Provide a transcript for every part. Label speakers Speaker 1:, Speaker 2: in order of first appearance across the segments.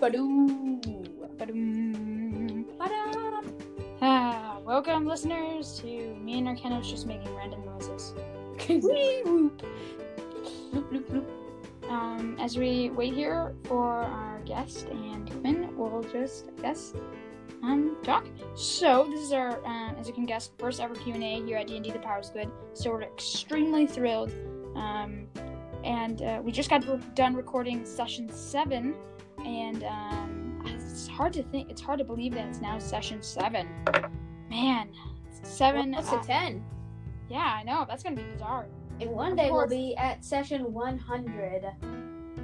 Speaker 1: Ba-doom. Ba-doom. Ba-da. Ah, welcome, listeners, to me and Arcanos just making random noises. Wee whoop. Loop, loop, loop. Um, as we wait here for our guest and human, we'll just, I guess, um, talk. So this is our, um, as you can guess, first ever Q and A here at D and D. The Power is Good. So we're extremely thrilled. Um, and uh, we just got re- done recording session seven, and um, it's hard to think, it's hard to believe that it's now session seven. Man, seven.
Speaker 2: Well,
Speaker 1: uh,
Speaker 2: to ten.
Speaker 1: yeah, I know that's gonna be bizarre.
Speaker 2: And one
Speaker 1: of
Speaker 2: day we'll
Speaker 1: course.
Speaker 2: be at session 100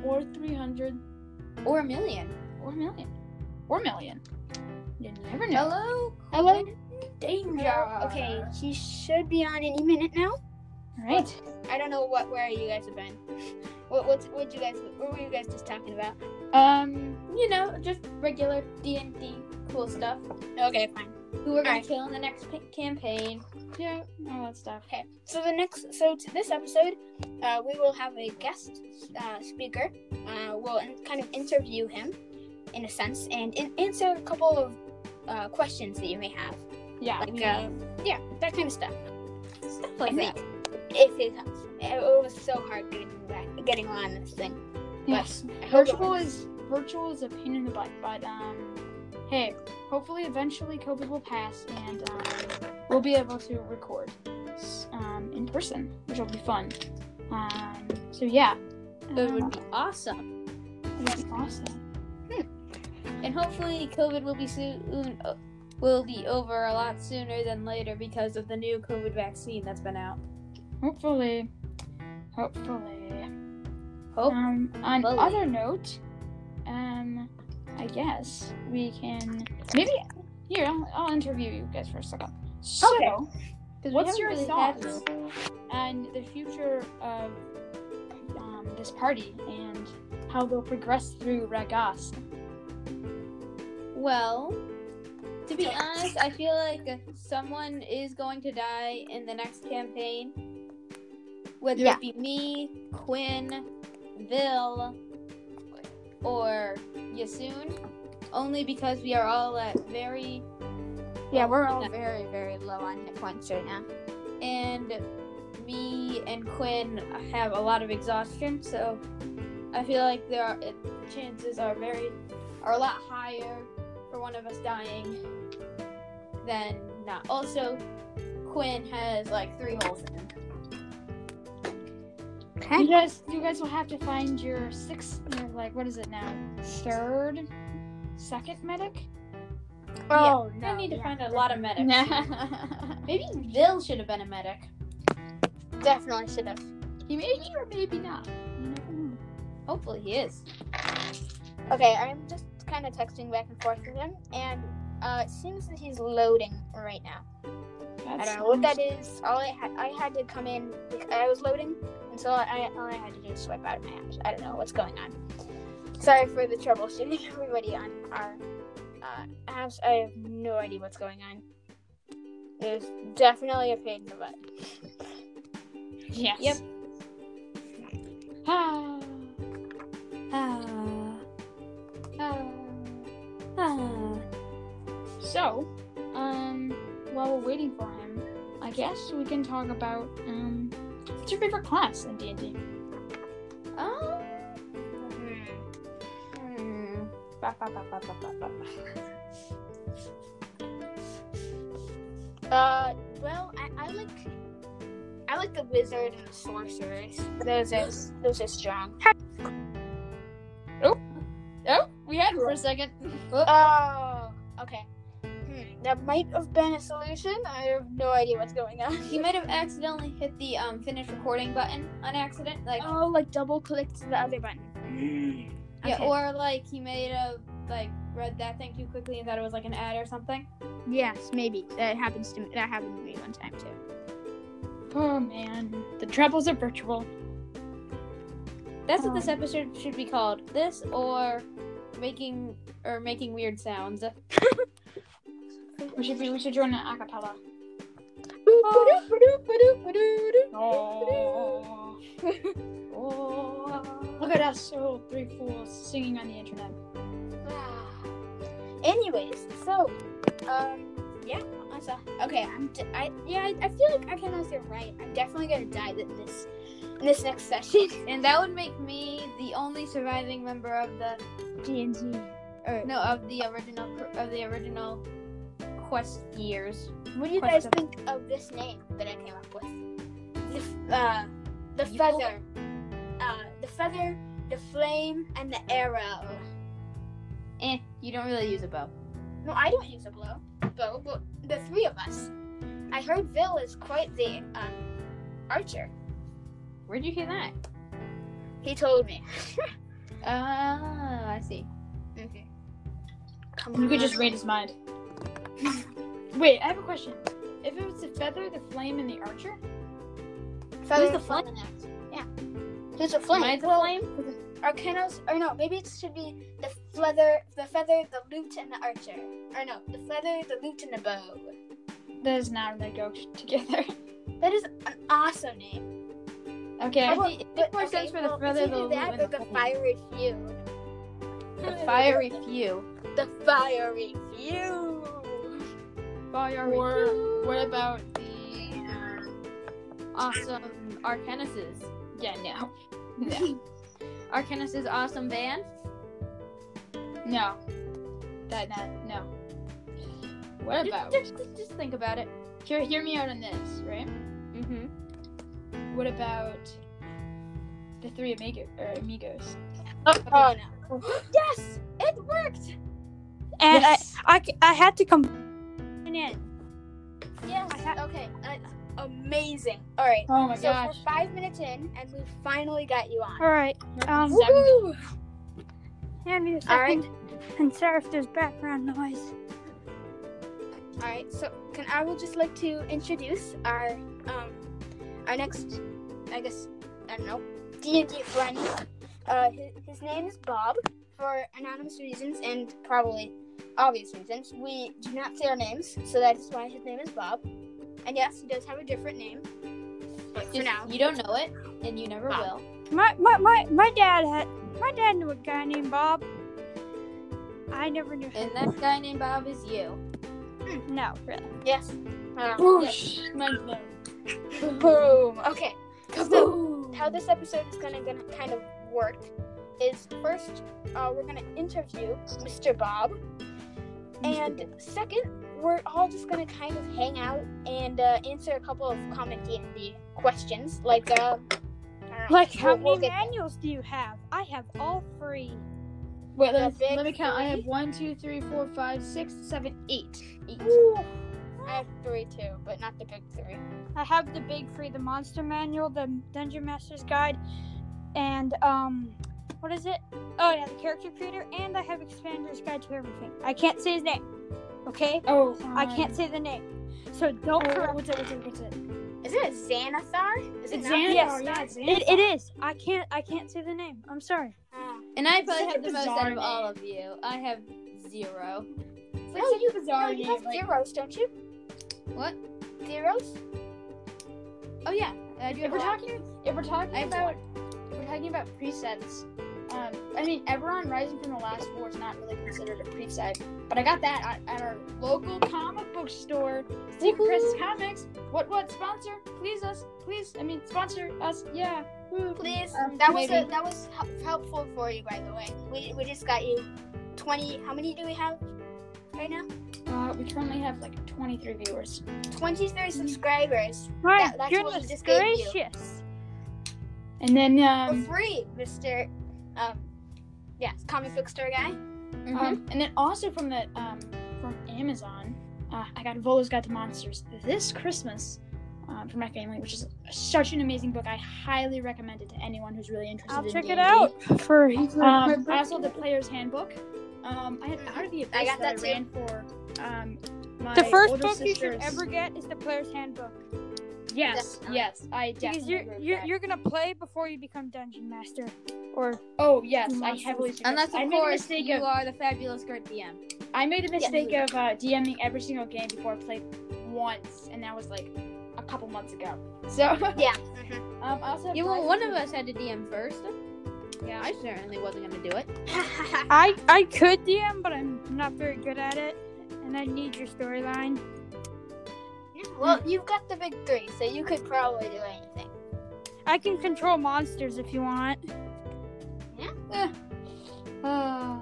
Speaker 1: Or three hundred,
Speaker 2: or a million.
Speaker 1: or a million, or a million. You never know.
Speaker 2: Hello,
Speaker 1: Hello.
Speaker 2: Danger.
Speaker 3: Okay, he should be on any minute now.
Speaker 1: All right.
Speaker 3: I don't know what where you guys have been. What what's what you guys what were you guys just talking about?
Speaker 1: Um.
Speaker 2: You know, just regular D and D cool stuff.
Speaker 3: Okay, fine.
Speaker 2: Who we're gonna
Speaker 3: Alright.
Speaker 2: kill in the next p- campaign?
Speaker 1: Yeah. All that stuff.
Speaker 3: Okay. So the next so to this episode, uh, we will have a guest uh, speaker. Uh, we'll in, kind of interview him in a sense and in, answer a couple of uh, questions that you may have.
Speaker 1: Yeah.
Speaker 3: Like
Speaker 1: we-
Speaker 3: uh, yeah, that kind of stuff.
Speaker 2: Stuff like
Speaker 3: And
Speaker 2: that.
Speaker 3: If it helps. It was so hard getting back, getting on this thing.
Speaker 1: yes.
Speaker 3: I hope it
Speaker 1: Virtual
Speaker 3: works.
Speaker 1: is virtual is a pain in the butt, but um, hey, hopefully eventually COVID will pass and um, we'll be able to record um in person, which will be fun. Um. So yeah.
Speaker 2: It
Speaker 1: Uh,
Speaker 2: would be awesome.
Speaker 1: that'd be awesome.
Speaker 2: And hopefully, COVID will be soon will be over a lot sooner than later because of the new COVID vaccine that's been out.
Speaker 1: Hopefully. Hopefully.
Speaker 2: Hope.
Speaker 1: Um, on
Speaker 2: Bully.
Speaker 1: other note, um, I guess we can maybe here I'll, I'll interview you guys for a second. So,
Speaker 2: Because we
Speaker 1: what's
Speaker 2: haven't
Speaker 1: your
Speaker 2: really had
Speaker 1: thoughts
Speaker 2: this.
Speaker 1: on the future of um, this party and how they'll progress through Ragas?
Speaker 2: Well, to be honest, I feel like someone is going to die in the next campaign. Whether
Speaker 3: Yeah.
Speaker 2: it be me, Quinn, Vil, or Yasun. Only because we are all at very,
Speaker 3: Yeah, we're
Speaker 2: all
Speaker 3: very very low on hit points right now.
Speaker 2: and me and Quinn have a lot of exhaustion, so I feel like there are it- chances are very, are a lot higher for one of us dying than not. Also, Quinn has like three holes in him.
Speaker 1: You guys, you guys will have to find your sixth, your, like what is it now? Third, second medic.
Speaker 2: Oh,
Speaker 1: no,
Speaker 2: I need to
Speaker 1: yeah.
Speaker 2: find a lot of medics. Maybe Vil should have been a medic.
Speaker 3: Definitely should have.
Speaker 1: He may be or maybe not. You never know.
Speaker 2: Hopefully he is.
Speaker 3: Okay, I'm just kind of texting back and forth with him, and uh, it seems that he's loading right now. I don't know what that is. All I had, I had to come in. bec- I was loading, and so I, all I had to do was swipe out of my house. I don't know what's going on. Sorry for the troubleshooting, everybody on our uh, apps. I have no idea what's going on. It was definitely a pain in the butt.
Speaker 1: Yes.
Speaker 2: Yep.
Speaker 1: Ah,
Speaker 2: Ah,
Speaker 1: ah.
Speaker 2: ah.
Speaker 1: So, um, while we're waiting for him, I guess we can talk about um, what's your favorite class in D and D?
Speaker 2: Um,
Speaker 3: Uh, well, I, I like I like the wizard and the sorceress. Those are those are strong.
Speaker 1: Oh, we had it for a second.
Speaker 3: Oh, okay. Hmm, that might have been a solution. I have no idea what's going on.
Speaker 2: he might have accidentally hit the um finish recording button on accident, like
Speaker 3: Oh, like double clicked the other button.
Speaker 2: yeah,
Speaker 3: Okay.
Speaker 2: or like he may have like read that thing too quickly and thought it was like an ad or something.
Speaker 3: Yes, maybe that happens to me. That happened to me one time too.
Speaker 1: Oh man, the troubles are virtual.
Speaker 2: That's what this
Speaker 1: Um.
Speaker 2: episode should be called. This or making or making weird sounds.
Speaker 1: We should be, we should join an acapella. Oh. oh. Look at us, oh, three fools singing on the internet.
Speaker 3: Anyways, so, um, yeah, that's all. okay. I'm, d- I, yeah, I, I feel like I can answer right. I'm definitely gonna die th- this, in this next session.
Speaker 2: And that would make me the only surviving member of the
Speaker 3: TNT. Or,
Speaker 2: no of the original cr- of the original quest years.
Speaker 3: what do you guys
Speaker 2: Question.
Speaker 3: think of this name that I came up with? The, f- uh, the
Speaker 2: You-
Speaker 3: feather, uh, the feather, the flame, and the arrow.
Speaker 2: Eh, you don't really use a bow.
Speaker 3: No, I don't use a blow. Bow, but the three of us. I heard Vil is quite the um, archer.
Speaker 2: Where'd you hear that?
Speaker 3: He told me.
Speaker 2: Ah, I see.
Speaker 3: Okay. Come
Speaker 1: You could just read his mind. Wait, I have a question. If it was the feather, the flame, and the archer,
Speaker 3: feather
Speaker 2: Who's the
Speaker 3: flame. Yeah. Who's the flame?
Speaker 2: Am I the
Speaker 3: Well,
Speaker 2: flame?
Speaker 3: Arcanos, or no, maybe it should be the feather, the feather, the lute, and the archer. Or no, the feather, the lute, and the bow.
Speaker 1: that is not they go together.
Speaker 3: That is an awesome name.
Speaker 1: Okay.
Speaker 2: I
Speaker 3: Well,
Speaker 2: think it makes more sense for the
Speaker 3: well,
Speaker 2: feather,
Speaker 3: it's either
Speaker 2: the
Speaker 3: that
Speaker 2: lute,
Speaker 3: or
Speaker 2: and
Speaker 3: the
Speaker 2: the flame.
Speaker 3: fiery few.
Speaker 2: The fiery few.
Speaker 3: The fiery few.
Speaker 1: Or what about the? Um,
Speaker 2: Awesome Arcanuses.
Speaker 1: yeah, no, no,
Speaker 2: Arcanuses awesome band.
Speaker 1: no, that not no. What about?
Speaker 2: Just, just, just think about it.
Speaker 1: Hear, hear me out on this, right?
Speaker 2: Mm-hmm.
Speaker 1: What about the three amigo, or amigos?
Speaker 3: Oh no. yes! It worked!
Speaker 1: And I-
Speaker 2: I, I, had to come in.
Speaker 3: Yes. Okay. That's amazing. All right.
Speaker 1: Oh my
Speaker 3: so
Speaker 1: gosh!
Speaker 3: we're five minutes in, and we finally got you on.
Speaker 4: Alright, um,
Speaker 1: Seven-
Speaker 4: hand me a
Speaker 3: All right.
Speaker 4: second. And sorry if there's background noise.
Speaker 3: All right. So can I would just like to introduce our um our next, I guess I don't know, D and D friend. Uh, his, his name is Bob. For anonymous reasons and probably obvious reasons, we do not say our names, so that is why his name is Bob. And yes, he does have a different name, but for
Speaker 2: Just-
Speaker 3: now,
Speaker 2: You don't know it, and you never
Speaker 3: Wow.
Speaker 2: will.
Speaker 4: My my, my my dad had my dad knew a guy named Bob. I never knew
Speaker 2: And
Speaker 4: him.
Speaker 2: that guy named Bob is you.
Speaker 4: No, really.
Speaker 3: yes. Uh,
Speaker 1: Whoosh! Mind blown.
Speaker 3: Boom. Okay. So
Speaker 1: Kaboom.
Speaker 3: how this episode is gonna, gonna kind of work is first uh, we're gonna interview Mr. Bob, and second we're all just gonna kind of hang out and uh, answer a couple of common D and D questions like uh. I don't know.
Speaker 4: Like how
Speaker 3: We'll- we'll
Speaker 4: many
Speaker 3: get-
Speaker 4: manuals do you have? I have all three.
Speaker 1: Wait,
Speaker 3: The
Speaker 1: let me,
Speaker 3: big
Speaker 1: let me count. I have
Speaker 3: three?
Speaker 1: one, two, three, four, five, six, seven, eight. Eight.
Speaker 3: I have three too, but not the big three.
Speaker 4: I have the big three, the monster manual, the dungeon master's guide, and um what is it? Oh yeah, the character creator, and I have expander's guide to everything. I can't say his name. Okay?
Speaker 1: Oh,
Speaker 4: I can't say the name. So
Speaker 1: Oh,
Speaker 4: don't correct
Speaker 1: what's it? What's it? What's it?
Speaker 3: Is it a Xanathar? Is it
Speaker 1: It's
Speaker 3: not
Speaker 1: Xanathar.
Speaker 4: Yes.
Speaker 1: Yeah,
Speaker 3: Xanathar?
Speaker 1: it's
Speaker 4: It,
Speaker 1: Xanathar.
Speaker 4: it is. I can't. I can't say the name. I'm sorry.
Speaker 3: Ah.
Speaker 2: And I
Speaker 1: It's
Speaker 2: probably
Speaker 1: such
Speaker 2: have
Speaker 1: a
Speaker 2: the most out of
Speaker 1: bizarre
Speaker 2: all
Speaker 1: name.
Speaker 2: of you. I have zero.
Speaker 1: It's
Speaker 3: No,
Speaker 1: such a
Speaker 3: No,
Speaker 1: bizarre
Speaker 3: you
Speaker 1: name.
Speaker 3: have
Speaker 1: like-
Speaker 3: zeros, don't you?
Speaker 2: What?
Speaker 3: Zeros?
Speaker 2: Oh yeah, I do
Speaker 1: if
Speaker 2: have a
Speaker 1: we're
Speaker 2: lot.
Speaker 1: talking, if we're talking
Speaker 2: I have
Speaker 1: about, if we're talking about presets. Um, I mean, Everon Rising from the Last War is not really considered a preset, but I got that at, at our local comic book store, Secret Press Comics. What? What? Sponsor? Please us. Please. I mean, sponsor us. Yeah. Woo.
Speaker 3: Please,
Speaker 1: Um,
Speaker 3: that was a,
Speaker 1: maybe.
Speaker 3: that was hel- helpful for you, by the way. We, we just got you twenty. How many do we have right now?
Speaker 1: Uh, we currently have like 23 viewers.
Speaker 3: Twenty three subscribers
Speaker 4: My
Speaker 3: That- that's what we
Speaker 4: goodness
Speaker 3: just gave you.
Speaker 4: gracious!
Speaker 1: And then
Speaker 3: for
Speaker 1: um,
Speaker 3: free, Mister. Um, yes, comic book store guy.
Speaker 2: Mm-hmm.
Speaker 1: Um,
Speaker 4: Mm-hmm.
Speaker 1: and then also from the um, from Amazon, uh, I got Volo's Guide to Monsters this Christmas um, for my family, which is such an amazing book. I highly recommend it to anyone who's really interested.
Speaker 4: I'll
Speaker 1: in
Speaker 4: check it
Speaker 1: D&D.
Speaker 4: out for
Speaker 1: Um, I also the Player's Handbook. Um, I had
Speaker 4: Mm-hmm.
Speaker 1: Out of the Abyss
Speaker 3: I got
Speaker 1: that,
Speaker 3: that
Speaker 1: I ran for um, my
Speaker 4: the first
Speaker 1: older
Speaker 4: book you should
Speaker 1: sister's-
Speaker 4: ever get is the player's handbook
Speaker 1: Yes, yes, I
Speaker 4: because
Speaker 1: definitely.
Speaker 4: you're
Speaker 1: agree with
Speaker 4: you're,
Speaker 1: that.
Speaker 4: you're gonna play before you become dungeon master. Or
Speaker 1: Oh yes, I
Speaker 4: Monsters.
Speaker 1: heavily. suggest-
Speaker 2: Unless
Speaker 1: I
Speaker 2: of
Speaker 1: made a
Speaker 2: course
Speaker 1: mistake
Speaker 2: you
Speaker 1: of
Speaker 2: are the fabulous Gert DM.
Speaker 1: I made the mistake of uh, DMing every single game before I played once, and that was like a couple months ago. So
Speaker 3: Yeah.
Speaker 1: um, I also have
Speaker 2: Yeah, well,
Speaker 1: Rise
Speaker 2: one
Speaker 1: of
Speaker 2: of us had to DM first. Yeah, I certainly wasn't gonna do it.
Speaker 4: I I could DM, but I'm not very good at it, and I need your storyline.
Speaker 3: well, you've got the big three, so you could probably do anything.
Speaker 4: I can control monsters if you want.
Speaker 1: Uh,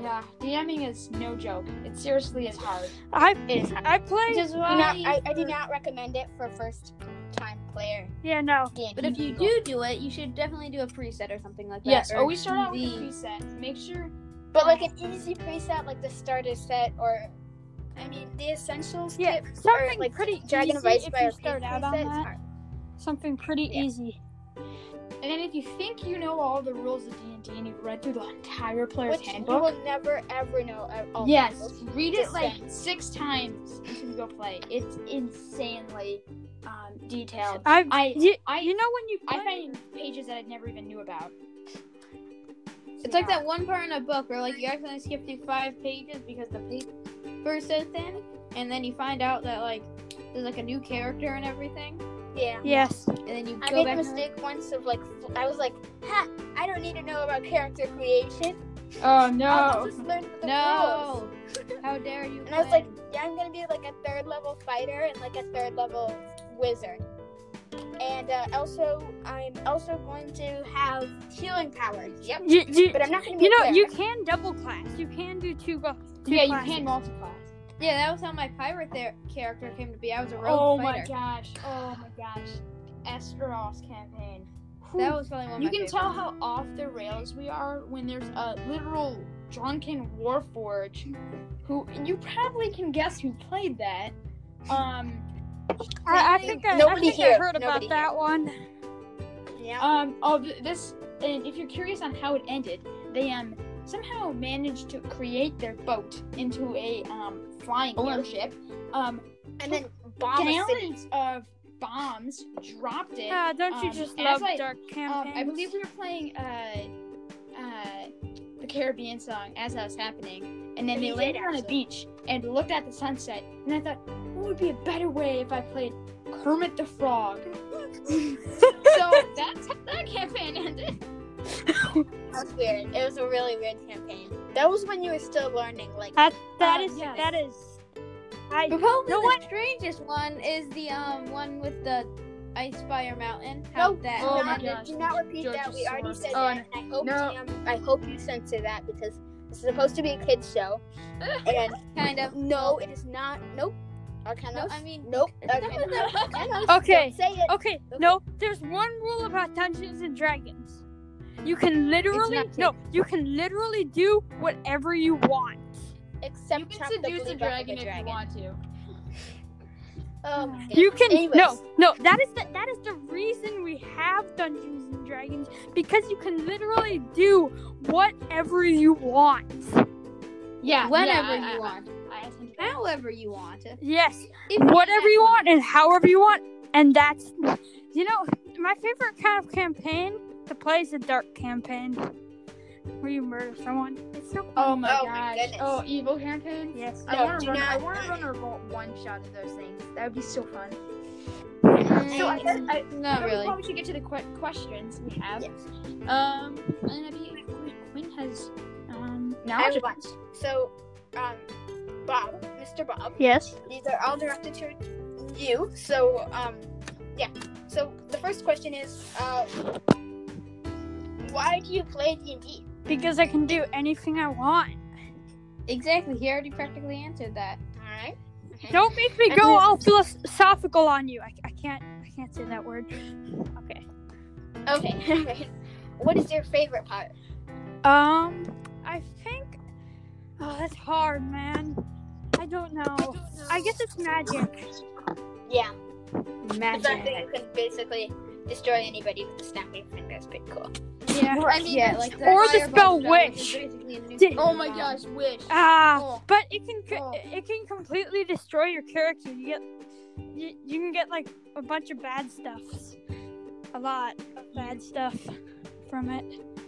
Speaker 1: yeah, DMing is no joke. It seriously is hard.
Speaker 4: I
Speaker 3: It is hard.
Speaker 4: I play.
Speaker 2: Just
Speaker 3: Do
Speaker 2: why?
Speaker 3: not- I, I do not recommend it for first time player.
Speaker 4: Yeah, no.
Speaker 3: D&D
Speaker 2: but if you
Speaker 3: people.
Speaker 2: do do it, you should definitely do a preset or something like that.
Speaker 1: yes,
Speaker 2: or
Speaker 1: always start out with a
Speaker 2: the-
Speaker 1: preset. Make sure.
Speaker 3: but
Speaker 4: Um,
Speaker 3: like an easy preset, like the starter set, or I mean the essentials
Speaker 4: Yeah,
Speaker 3: kit, or
Speaker 4: something
Speaker 3: like
Speaker 4: pretty
Speaker 3: Dragon
Speaker 4: easy
Speaker 3: Vice
Speaker 4: if
Speaker 3: by
Speaker 4: you
Speaker 3: our
Speaker 4: start out on
Speaker 3: preset is
Speaker 4: that.
Speaker 3: hard.
Speaker 4: Something pretty
Speaker 3: Yeah.
Speaker 4: easy.
Speaker 1: And then if you think you know all the rules of D and D and you've read through the entire player's
Speaker 3: Which you
Speaker 1: handbook,
Speaker 3: will never ever know. at all
Speaker 1: yes,
Speaker 3: levels.
Speaker 1: read it
Speaker 3: Just
Speaker 1: like
Speaker 3: saying.
Speaker 1: six times before you go play. It's insanely um, detailed.
Speaker 4: I,
Speaker 1: I-
Speaker 4: you,
Speaker 1: I-
Speaker 4: you know when you play,
Speaker 1: I find pages that I never even knew about.
Speaker 2: It's like that one part in a book where like you accidentally skip through five pages because the paper is so thin, and then you find out that like there's like a new character and everything,
Speaker 3: Yeah.
Speaker 4: yes.
Speaker 2: and then you
Speaker 3: I
Speaker 2: go
Speaker 3: made a
Speaker 2: back.
Speaker 3: mistake once of like f- I was like, ha, I don't need to know about character creation.
Speaker 1: Oh
Speaker 3: I'll
Speaker 1: no!
Speaker 3: just learn the rules.
Speaker 2: No, how dare you?
Speaker 3: And I was like,
Speaker 2: Quinn.
Speaker 3: yeah, I'm gonna be like a third level fighter and like a third level wizard. And uh, also, I'm also going to have healing powers. Yep.
Speaker 4: You, you,
Speaker 3: But I'm not gonna be
Speaker 4: you know
Speaker 3: a
Speaker 4: you
Speaker 3: cleric.
Speaker 4: can double class. You can do two. go- two
Speaker 1: Yeah, you
Speaker 4: classes.
Speaker 1: can multiply.
Speaker 2: yeah, that was how my pirate there character came to be. I was a rogue
Speaker 1: Oh
Speaker 2: fighter.
Speaker 1: my gosh! Oh my gosh! Asteros campaign.
Speaker 2: That was probably one. Of
Speaker 1: You can
Speaker 2: my favorites.
Speaker 1: tell how off the rails we are when there's a literal drunken warforge who and you probably can guess who played that. Um
Speaker 4: I, I think I, I
Speaker 3: Nobody
Speaker 4: think I
Speaker 3: here.
Speaker 4: heard about
Speaker 3: Nobody
Speaker 4: that one.
Speaker 3: Yeah.
Speaker 1: um oh th- this and if you're curious on how it ended, they um somehow managed to create their boat into a um flying airship. Um
Speaker 3: and then bomb a city.
Speaker 1: gallons of bombs dropped it.
Speaker 4: Ah, don't you
Speaker 1: Um,
Speaker 4: just
Speaker 1: and it's
Speaker 4: love
Speaker 1: like,
Speaker 4: dark
Speaker 1: Um,
Speaker 4: campaigns?
Speaker 1: I believe we were playing uh, uh, the Caribbean song as that was happening, and then
Speaker 3: We
Speaker 1: they
Speaker 3: did,
Speaker 1: landed on a
Speaker 3: actually.
Speaker 1: beach and looked at the sunset, and I thought, what would be a better way if I played Kermit the Frog? so that's how that campaign ended.
Speaker 3: That was weird. It was a really weird campaign. That was when you were still learning. Like,
Speaker 4: that that
Speaker 1: uh,
Speaker 4: is
Speaker 1: yes.
Speaker 4: that is. I
Speaker 2: But probably
Speaker 4: No,
Speaker 2: the
Speaker 4: what-
Speaker 2: strangest one is the um one with the ice fire mountain. How
Speaker 3: Nope.
Speaker 2: that?
Speaker 1: Oh
Speaker 3: do
Speaker 1: my
Speaker 3: not,
Speaker 1: gosh,
Speaker 3: Do not repeat
Speaker 1: George
Speaker 3: that. We already
Speaker 1: Soros.
Speaker 3: said
Speaker 1: Oh,
Speaker 3: that. and I hope
Speaker 1: no.
Speaker 3: damn- I hope you censor that because this is supposed to be a kids show. and
Speaker 2: Kind of.
Speaker 3: no, it is not. Nope. Arcanos.
Speaker 2: No, I mean-
Speaker 3: nope.
Speaker 2: no,
Speaker 3: Arcanos.
Speaker 2: no.
Speaker 3: Arcanos.
Speaker 4: Okay.
Speaker 3: Don't say it.
Speaker 4: Okay, no, there's one rule about Dungeons and Dragons. You can literally
Speaker 1: not
Speaker 4: no, you can literally do whatever you want.
Speaker 3: Except
Speaker 1: you can
Speaker 3: chop the
Speaker 1: seduce a
Speaker 3: blue butt with
Speaker 1: dragon if you want to.
Speaker 3: Oh my
Speaker 4: You can no,
Speaker 3: Anyways.
Speaker 4: no. That is the that is the reason we have Dungeons and Dragons because you can literally do whatever you want.
Speaker 1: Yeah,
Speaker 2: Whenever
Speaker 1: yeah, I-
Speaker 2: you
Speaker 1: I-
Speaker 2: want,
Speaker 1: I- I attended that.
Speaker 2: however you want. If
Speaker 4: Yes,
Speaker 2: you
Speaker 4: whatever
Speaker 2: have
Speaker 4: you
Speaker 2: one.
Speaker 4: want and however you want, and that's you know my favorite kind of campaign to play is a dark campaign where you murder someone. It's so
Speaker 1: Oh my
Speaker 3: Oh my
Speaker 1: gosh!
Speaker 3: goodness.
Speaker 1: oh, evil campaign.
Speaker 4: yes.
Speaker 1: I
Speaker 3: No,
Speaker 1: want to
Speaker 3: do
Speaker 1: run.
Speaker 3: not.
Speaker 1: I want to run a one shot of those things. That would be so fun.
Speaker 2: Mm,
Speaker 1: So I guess I,
Speaker 2: not
Speaker 1: Probably
Speaker 2: really.
Speaker 1: We should get to the que- questions we have.
Speaker 3: Yes.
Speaker 1: Um, and I mean, Quinn has um
Speaker 3: I
Speaker 1: knowledge of
Speaker 3: watched. So, um, Bob, Mr. Bob,
Speaker 4: Yes.
Speaker 3: these are all directed to you. So, um, yeah. So the first question is, uh, why do you play D and D?
Speaker 4: Because I can do anything I want.
Speaker 2: Exactly. He already practically answered that.
Speaker 3: All right.
Speaker 4: Don't make me go all philosophical on you. I, I can't I can't say that word. Okay.
Speaker 3: Okay. what is your favorite part?
Speaker 4: Um I think Oh, that's hard, man. I don't know. I guess it's magic.
Speaker 3: Yeah, the fact that
Speaker 2: Magic.
Speaker 3: you can basically destroy anybody with the snap of your fingers. Pretty cool.
Speaker 4: Yeah.
Speaker 2: I mean,
Speaker 1: Yeah,
Speaker 2: like
Speaker 4: or the spell wish. Did-
Speaker 1: Oh my gosh, wish.
Speaker 4: Ah,
Speaker 1: Oh.
Speaker 4: but it can co-
Speaker 1: Oh.
Speaker 4: it can completely destroy your character. You get you, you can get like a bunch of bad stuff. A lot of bad stuff from it.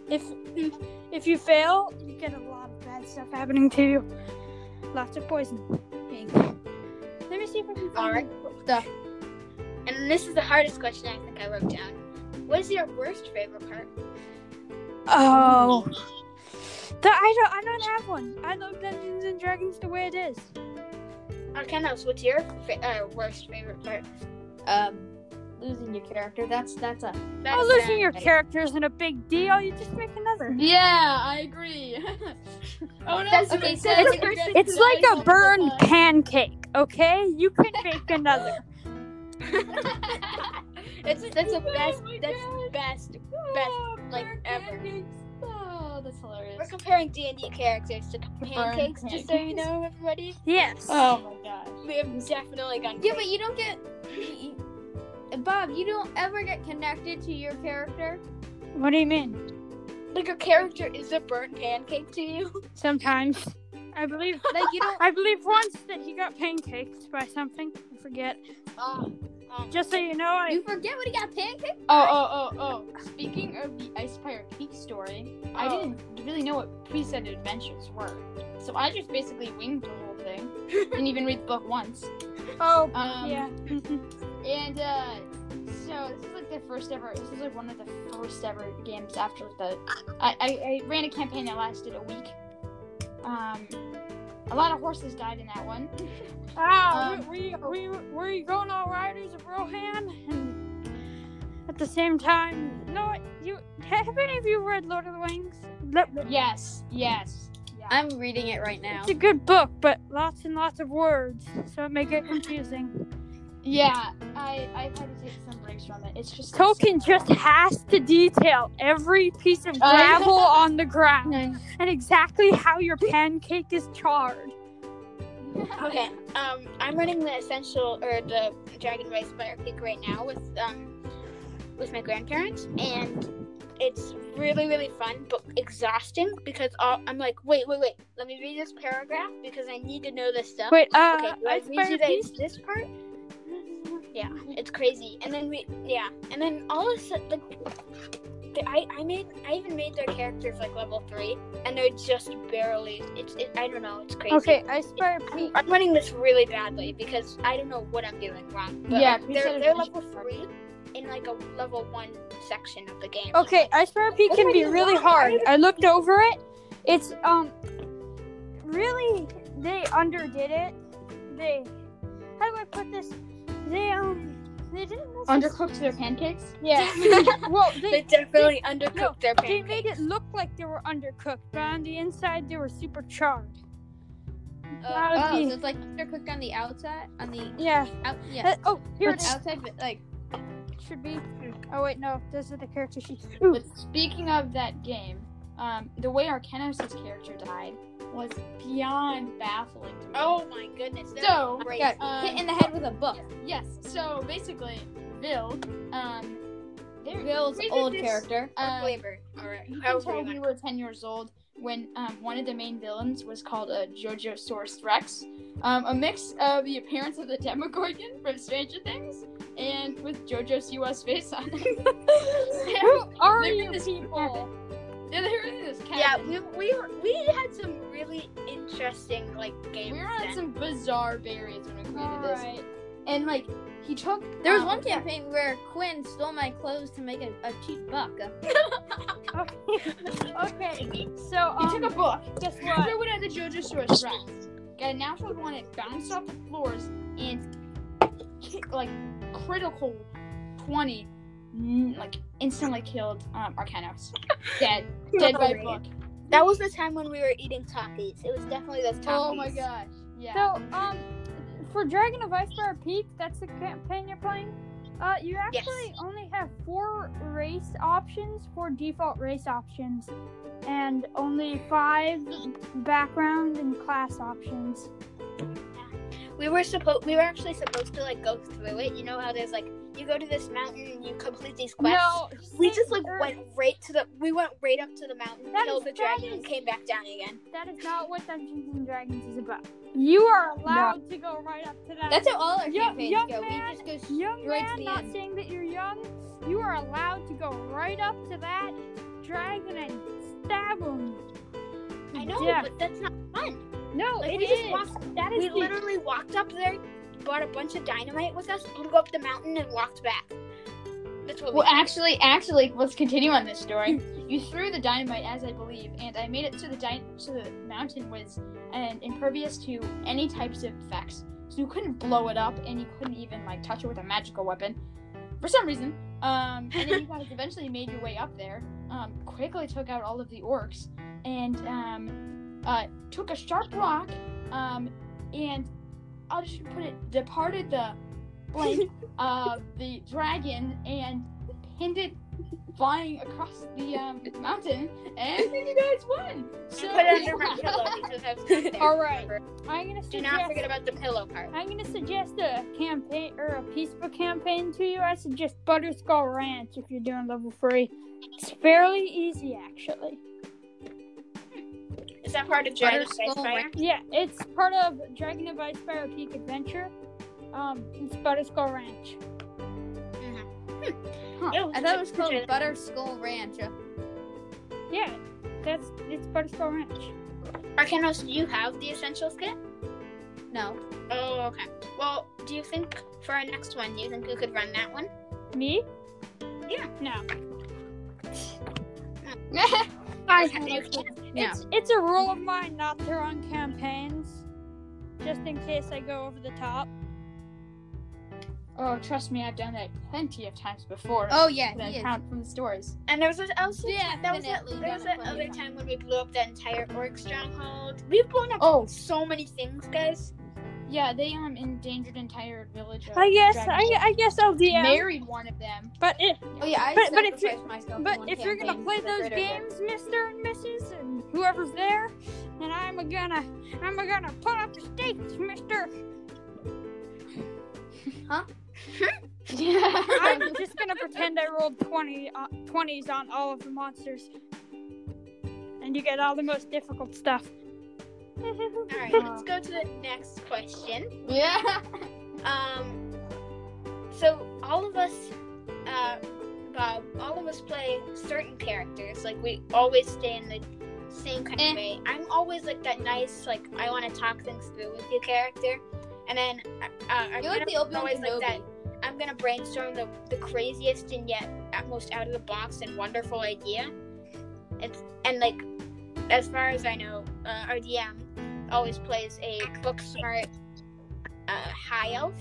Speaker 4: If if you fail, you get a lot of bad stuff happening to you. Lots of poison. Let me see if I can find
Speaker 3: All right.
Speaker 2: Stuff.
Speaker 3: And this is the hardest question I think I wrote down. What is your worst favorite part?
Speaker 4: Oh. The, I don't. I don't have one. I love Dungeons and Dragons the way it is.
Speaker 3: Arcanos, what's your fa- uh, worst favorite part?
Speaker 2: Um, losing your character. That's that's a.
Speaker 3: That's,
Speaker 4: Oh, losing your
Speaker 3: uh,
Speaker 4: character isn't a big deal. You just make another.
Speaker 1: Yeah, I agree. oh no,
Speaker 3: That's-
Speaker 2: Okay, so
Speaker 4: It's,
Speaker 2: it's-
Speaker 4: it's like a burned pancake. Okay, you can make another.
Speaker 3: That's that's the
Speaker 1: Oh
Speaker 3: best.
Speaker 1: my
Speaker 3: That's the
Speaker 1: God.
Speaker 3: best.
Speaker 1: Oh,
Speaker 3: like,
Speaker 1: burnt
Speaker 3: ever.
Speaker 1: pancakes. Oh, that's
Speaker 3: We're
Speaker 1: hilarious.
Speaker 3: comparing D and D characters to pancakes, just so you
Speaker 1: pancakes.
Speaker 3: know, everybody.
Speaker 4: Yes.
Speaker 1: Oh my gosh.
Speaker 3: We have definitely gone.
Speaker 2: Yeah, but you don't get. Bob, you don't ever get connected to your character.
Speaker 4: What do you mean?
Speaker 3: like your character is a burnt pancake to you.
Speaker 4: Sometimes. I believe.
Speaker 2: Like you don't.
Speaker 4: I believe once that he got pancakes by something. I forget.
Speaker 3: Oh, um,
Speaker 4: Just so you know, I
Speaker 2: You forget what he got pancaked.
Speaker 1: Oh, oh, oh, oh. Speaking of the Ice Pirate Peak story,
Speaker 4: Oh.
Speaker 1: I didn't really know what preset adventures were. So I just basically winged the whole thing. didn't even read the book once.
Speaker 4: oh
Speaker 1: Um,
Speaker 4: yeah.
Speaker 1: And uh, so this is like the first ever. This is like one of the first ever games after the. I, I, I ran a campaign that lasted a week. Um, a lot of horses died in that one.
Speaker 4: Ah,
Speaker 1: Um,
Speaker 4: were, you, were, you, were you going all Riders of Rohan? And at the same time, no, you have any of you read Lord of the Rings? Le-
Speaker 1: Yes, yes. Yeah.
Speaker 2: I'm reading it right now.
Speaker 4: It's a good book, but lots and lots of words, so it may get confusing.
Speaker 1: yeah, I I had to take some breaks from it. It's just
Speaker 4: Tolkien just has to detail every piece of
Speaker 1: Uh,
Speaker 4: gravel on the ground
Speaker 1: No.
Speaker 4: and exactly how your pancake is charred.
Speaker 3: okay. Um, I'm running the essential or the Dragon Rice Butter Cake right now with um with my grandparents, and it's really really fun but exhausting because all, I'm like, wait, wait, wait, let me read this paragraph because I need to know this stuff.
Speaker 4: Wait, uh,
Speaker 3: okay, do I
Speaker 4: Ice
Speaker 3: read
Speaker 4: Pirate
Speaker 3: you guys
Speaker 4: Peak?
Speaker 3: this part? Yeah, it's crazy. And then we, yeah, and then all of a sudden, like, the, I, I made, I even made their characters like level three, and they're just barely. It's, it, I don't know, it's crazy.
Speaker 4: Okay, Ice Pirate
Speaker 3: I'm,
Speaker 4: Peak.
Speaker 3: I'm running this really badly because I don't know what I'm doing wrong. But
Speaker 1: Yeah,
Speaker 3: like,
Speaker 1: we
Speaker 3: they're
Speaker 1: said
Speaker 3: they're
Speaker 1: it was
Speaker 3: level three in like a level one section of the game.
Speaker 4: Okay, Ice Pirate Peak
Speaker 3: What
Speaker 4: can
Speaker 3: am I
Speaker 4: be
Speaker 3: doing
Speaker 4: really
Speaker 3: wrong?
Speaker 4: hard.
Speaker 3: Why
Speaker 4: I looked over it. It's um, really they underdid it. They how do I put this? They um they didn't necess-
Speaker 1: undercooked their pancakes.
Speaker 4: Yeah. well,
Speaker 3: They
Speaker 4: they
Speaker 3: definitely undercooked their
Speaker 4: they
Speaker 3: pancakes.
Speaker 4: made it look like they were undercooked, but on the inside they were super charred.
Speaker 2: Uh,
Speaker 4: would
Speaker 2: oh,
Speaker 4: be-
Speaker 2: so it's like undercooked on the outside, on the
Speaker 4: Yeah.
Speaker 2: out, yeah,
Speaker 4: Uh, oh, here it
Speaker 1: Let's-
Speaker 4: is.
Speaker 2: outside, but like
Speaker 4: Should be. Oh wait, no. Those are the character sheets.
Speaker 1: But speaking of that game, um, the way Arcanos' character died was beyond baffling to me.
Speaker 3: Oh my goodness. that's
Speaker 1: So,
Speaker 3: crazy.
Speaker 2: got
Speaker 1: Um,
Speaker 2: hit in the head with a book.
Speaker 1: Yes. So basically, Bill, um, there-
Speaker 2: Bill's
Speaker 1: we did
Speaker 2: old
Speaker 1: this-
Speaker 2: character.
Speaker 1: um,
Speaker 3: flavor. All right. Oh,
Speaker 1: You can
Speaker 3: however
Speaker 1: tell
Speaker 3: you
Speaker 1: we
Speaker 3: want.
Speaker 1: were ten years old when um, one of the main villains was called a Jojosaurus Rex, um, a mix of the appearance of the Demogorgon from Stranger Things and with JoJo's U.S. face on it.
Speaker 4: Who are
Speaker 1: They're
Speaker 4: you
Speaker 1: in this
Speaker 4: people?
Speaker 1: yeah, they were in this cabin.
Speaker 3: Yeah, we, we were- we had some really interesting like games.
Speaker 1: we were on
Speaker 3: then.
Speaker 1: some bizarre berries when we created this,
Speaker 4: Alright.
Speaker 1: and like he took
Speaker 2: There was
Speaker 1: um,
Speaker 2: one campaign where Quinn stole my clothes to make a, a cheap buck.
Speaker 4: Okay. So
Speaker 1: He
Speaker 4: um,
Speaker 1: took a book.
Speaker 4: guess what?
Speaker 1: Threw it at the JoJo's source Rex. Got a natural one. It bounced off the floors and kick- like critical twenty, mm, like instantly killed um, Arcanos. Dead, dead by
Speaker 3: Alright.
Speaker 1: book.
Speaker 3: That was the time when we were eating Takis. It was definitely those Takis.
Speaker 1: Oh my gosh. Yeah.
Speaker 4: So, um, for Dragon of Icebar Peak, that's the campaign you're playing. Uh, you actually only have four race options, four default race options, and only five background and class options.
Speaker 3: We were supposed we were actually supposed to like go through it. You know how there's like you go to this mountain and you complete these quests.
Speaker 4: No,
Speaker 3: We just like
Speaker 4: Earth-
Speaker 3: went right to the we went right up to the mountain,
Speaker 4: That
Speaker 3: killed
Speaker 4: is-
Speaker 3: the dragon,
Speaker 4: that
Speaker 3: and
Speaker 4: is-
Speaker 3: came back down again.
Speaker 4: That is not what Dungeons and Dragons is about. You are allowed to go right up to that.
Speaker 2: That's how all our
Speaker 4: Yo-
Speaker 2: campaigns
Speaker 4: young
Speaker 2: go.
Speaker 4: man,
Speaker 2: we just go
Speaker 4: young
Speaker 2: straight to
Speaker 4: man.
Speaker 2: the
Speaker 4: Not
Speaker 2: end.
Speaker 4: saying that you're young, you are allowed to go right up to that dragon and stab him.
Speaker 3: I know,
Speaker 4: Yeah.
Speaker 3: but that's not fun.
Speaker 4: No,
Speaker 3: Like
Speaker 4: it
Speaker 3: we
Speaker 4: is.
Speaker 3: just walked
Speaker 4: That is
Speaker 3: we
Speaker 4: the-
Speaker 3: literally walked up there, bought a bunch of dynamite with us, blew up the mountain and walked back. That's what we
Speaker 1: Well, actually, actually, let's continue on this story. You threw the dynamite, as I believe, and I made it to the di- to the mountain was and impervious to any types of effects, so you couldn't blow it up, and you couldn't even like touch it with a magical weapon, for some reason. Um, and then you guys eventually made your way up there. Um, quickly took out all of the orcs, and um, uh, took a sharp rock, um, and I'll just put it departed the blank uh, the dragon and pinned it flying across the um, mountain, and you guys won. So
Speaker 3: put it under my pillow because I was not there.
Speaker 4: All right. I'm gonna
Speaker 3: Do
Speaker 4: suggest.
Speaker 3: not forget about the pillow part.
Speaker 4: I'm gonna suggest a campaign or a piece of a campaign to you. I suggest Butterskull Ranch if you're doing level three. It's fairly easy, actually.
Speaker 3: Is that part of Dragon Butterskull
Speaker 2: Butterskull
Speaker 3: Fire?
Speaker 2: Ranch.
Speaker 4: Yeah, it's part of Dragon of Ice Fire Peak Adventure. Um, it's Butterskull Ranch.
Speaker 3: No,
Speaker 2: I thought it was called
Speaker 3: Dragon-
Speaker 2: Butter Skull Ranch. uh,
Speaker 4: Yeah, that's it's Butterskull Ranch.
Speaker 3: Arcanos, do you have the essentials kit?
Speaker 2: No.
Speaker 3: Oh, okay. Well, do you think for our next one, do you think we could run that one?
Speaker 4: Me?
Speaker 3: Yeah.
Speaker 4: No.
Speaker 3: I
Speaker 2: have
Speaker 3: you
Speaker 2: no
Speaker 3: can't.
Speaker 2: No.
Speaker 4: It's it's a rule of mine not to run campaigns, just in case I go over the top.
Speaker 1: Oh, trust me, I've done that plenty of times before.
Speaker 2: Oh yeah,
Speaker 1: that
Speaker 2: he
Speaker 1: I
Speaker 2: is.
Speaker 1: count from the stories.
Speaker 3: And there was this- also
Speaker 2: Yeah,
Speaker 3: that was that,
Speaker 2: definitely
Speaker 3: there was
Speaker 2: gonna
Speaker 3: that
Speaker 2: play
Speaker 3: other
Speaker 2: that.
Speaker 3: time when we blew up the entire orc stronghold. We've blown up
Speaker 1: Oh.
Speaker 3: so many things, guys.
Speaker 1: Yeah, they um endangered entire village. Of
Speaker 4: I guess
Speaker 1: dragons.
Speaker 4: I, I guess I'll DM.
Speaker 1: married one of them.
Speaker 4: But it,
Speaker 2: Oh yeah, I
Speaker 4: But- but if you-
Speaker 2: sacrificed myself.
Speaker 4: But if you're gonna play those games, Mister and Mrs. and whoever's there, then I'm gonna I'm gonna put up the stakes, Mister.
Speaker 1: Yeah.
Speaker 4: I'm just gonna pretend I rolled 20 uh, 20s on all of the monsters, and you get all the most difficult stuff.
Speaker 3: All right, let's go to the next question.
Speaker 1: yeah.
Speaker 3: Um, so all of us, uh, Bob, all of us play certain characters. Like we always stay in the same kind
Speaker 2: Eh.
Speaker 3: of way. I'm always like that nice, like I want to talk things through with you character. And then uh, uh,
Speaker 2: You're like
Speaker 3: Arcanos
Speaker 2: the Obi Wan
Speaker 3: always like that.
Speaker 2: Kenobi.
Speaker 3: I'm gonna brainstorm the, the craziest and yet at most out of the box and wonderful idea. It's and like as far as I know, uh, our DM always plays a book smart uh, high elf.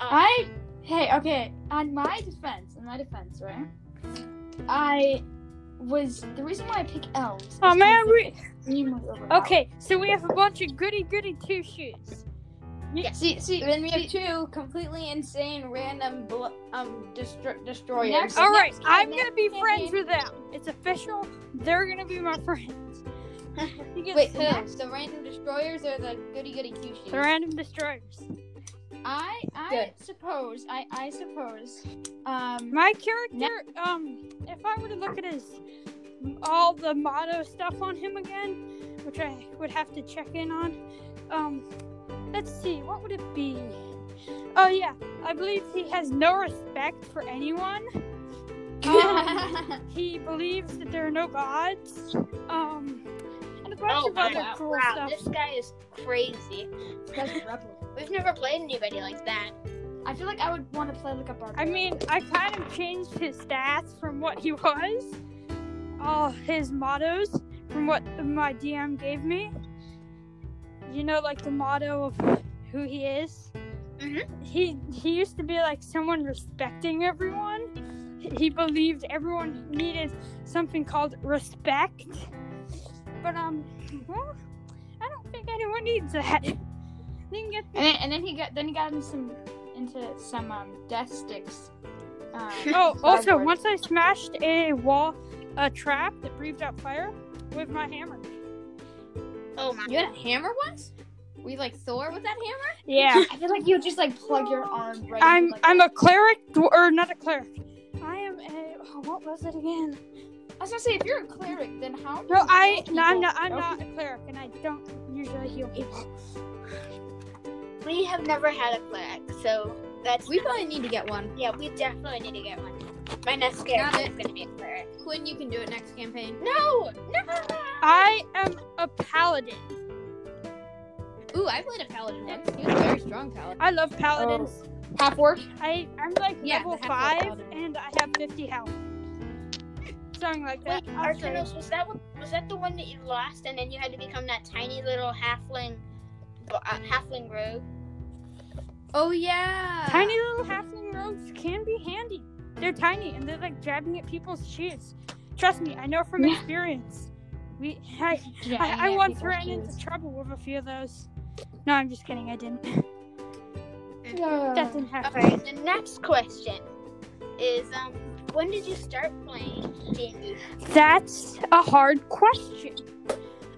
Speaker 3: Um,
Speaker 1: I hey okay on my defense on my defense right I was the reason why I pick elves. is
Speaker 4: Oh man,
Speaker 1: 'cause
Speaker 4: we
Speaker 1: they're extremely overpowered.
Speaker 4: okay. So we have a bunch of goody goody two shoes.
Speaker 1: See see
Speaker 2: Then we have
Speaker 1: see,
Speaker 2: two completely insane, random, bl- um, destro- destroyers.
Speaker 1: Next-
Speaker 4: All right,
Speaker 1: next
Speaker 4: I'm
Speaker 1: time,
Speaker 4: gonna be
Speaker 1: next
Speaker 4: friends
Speaker 1: campaign.
Speaker 4: with them. It's official. They're gonna be my friends. You get
Speaker 2: Wait,
Speaker 4: the-
Speaker 2: who? The random destroyers or the goody goody two shoes?
Speaker 4: the random destroyers.
Speaker 1: I I suppose I I suppose um
Speaker 4: My character, um, if I were to look at his all the motto stuff on him again, which I would have to check in on, um, let's see, what would it be? Oh yeah, I believe he has no respect for anyone. Um, he believes that there are no gods. Um, and a bunch
Speaker 3: oh
Speaker 4: of
Speaker 3: wow,
Speaker 4: other cool
Speaker 3: wow,
Speaker 4: stuff.
Speaker 3: this guy is crazy.
Speaker 1: that's rebel.
Speaker 3: We've never played anybody like that.
Speaker 1: I feel like I would want to play like a barbarian.
Speaker 4: I mean, I kind of changed his stats from what he was, all his mottos from what my DM gave me. You know, like the motto of who he is.
Speaker 3: Mhm.
Speaker 4: He he used to be like someone respecting everyone. He- He believed everyone needed something called respect. But um, well, I don't think anyone needs that. You can get
Speaker 1: and then, and then he got then he got him some into some um death sticks. Um,
Speaker 4: Oh, also,
Speaker 1: Barbara.
Speaker 4: once I smashed a wall, a trap that breathed out fire with my hammer.
Speaker 3: Oh my.
Speaker 2: You had a hammer once? Were you like Thor with that hammer?
Speaker 4: Yeah,
Speaker 1: I feel like you just like plug your arm right.
Speaker 4: I'm
Speaker 1: into, like,
Speaker 4: I'm a cleric, dw- or not a cleric. I am a. Oh, what was it again?
Speaker 1: I was gonna say if you're a cleric, then how? do
Speaker 4: No,
Speaker 1: you
Speaker 4: I
Speaker 1: heal
Speaker 4: no, I'm
Speaker 1: people?
Speaker 4: not. I'm
Speaker 1: Okay.
Speaker 4: not a cleric, and I don't usually heal people.
Speaker 3: We have never had a flag, so that's
Speaker 2: We probably need to get one.
Speaker 3: yeah. We definitely need to get one. My next character
Speaker 2: Got it.
Speaker 3: is gonna be a cleric.
Speaker 2: Quinn, you can do it next campaign.
Speaker 3: No, no.
Speaker 4: I am a paladin.
Speaker 2: Ooh, I played a paladin once. He was a very strong paladin.
Speaker 4: I love paladins.
Speaker 2: Half work.
Speaker 4: Oh. I I'm like
Speaker 1: Yeah,
Speaker 4: level
Speaker 1: the half-orc
Speaker 4: five
Speaker 1: paladin.
Speaker 4: and I have fifty health. Something like that.
Speaker 3: Wait,
Speaker 4: I'll show you.
Speaker 3: Arcanos, was that what, was that the one that you lost, and then you had to become that tiny little halfling, uh, halfling rogue?
Speaker 2: Oh yeah.
Speaker 1: Uh,
Speaker 4: Tiny little halfling rogues can be handy. They're tiny and they're like jabbing at people's shoes. Trust me, I know from
Speaker 1: Yeah.
Speaker 4: experience. We I,
Speaker 1: Yeah,
Speaker 4: I, I
Speaker 1: yeah,
Speaker 4: once
Speaker 1: people
Speaker 4: ran
Speaker 1: choose.
Speaker 4: into trouble with a few of those. No, I'm just kidding. I didn't. That didn't happen.
Speaker 3: Okay, the next question is um, when did you start playing D&D?
Speaker 4: That's a hard question.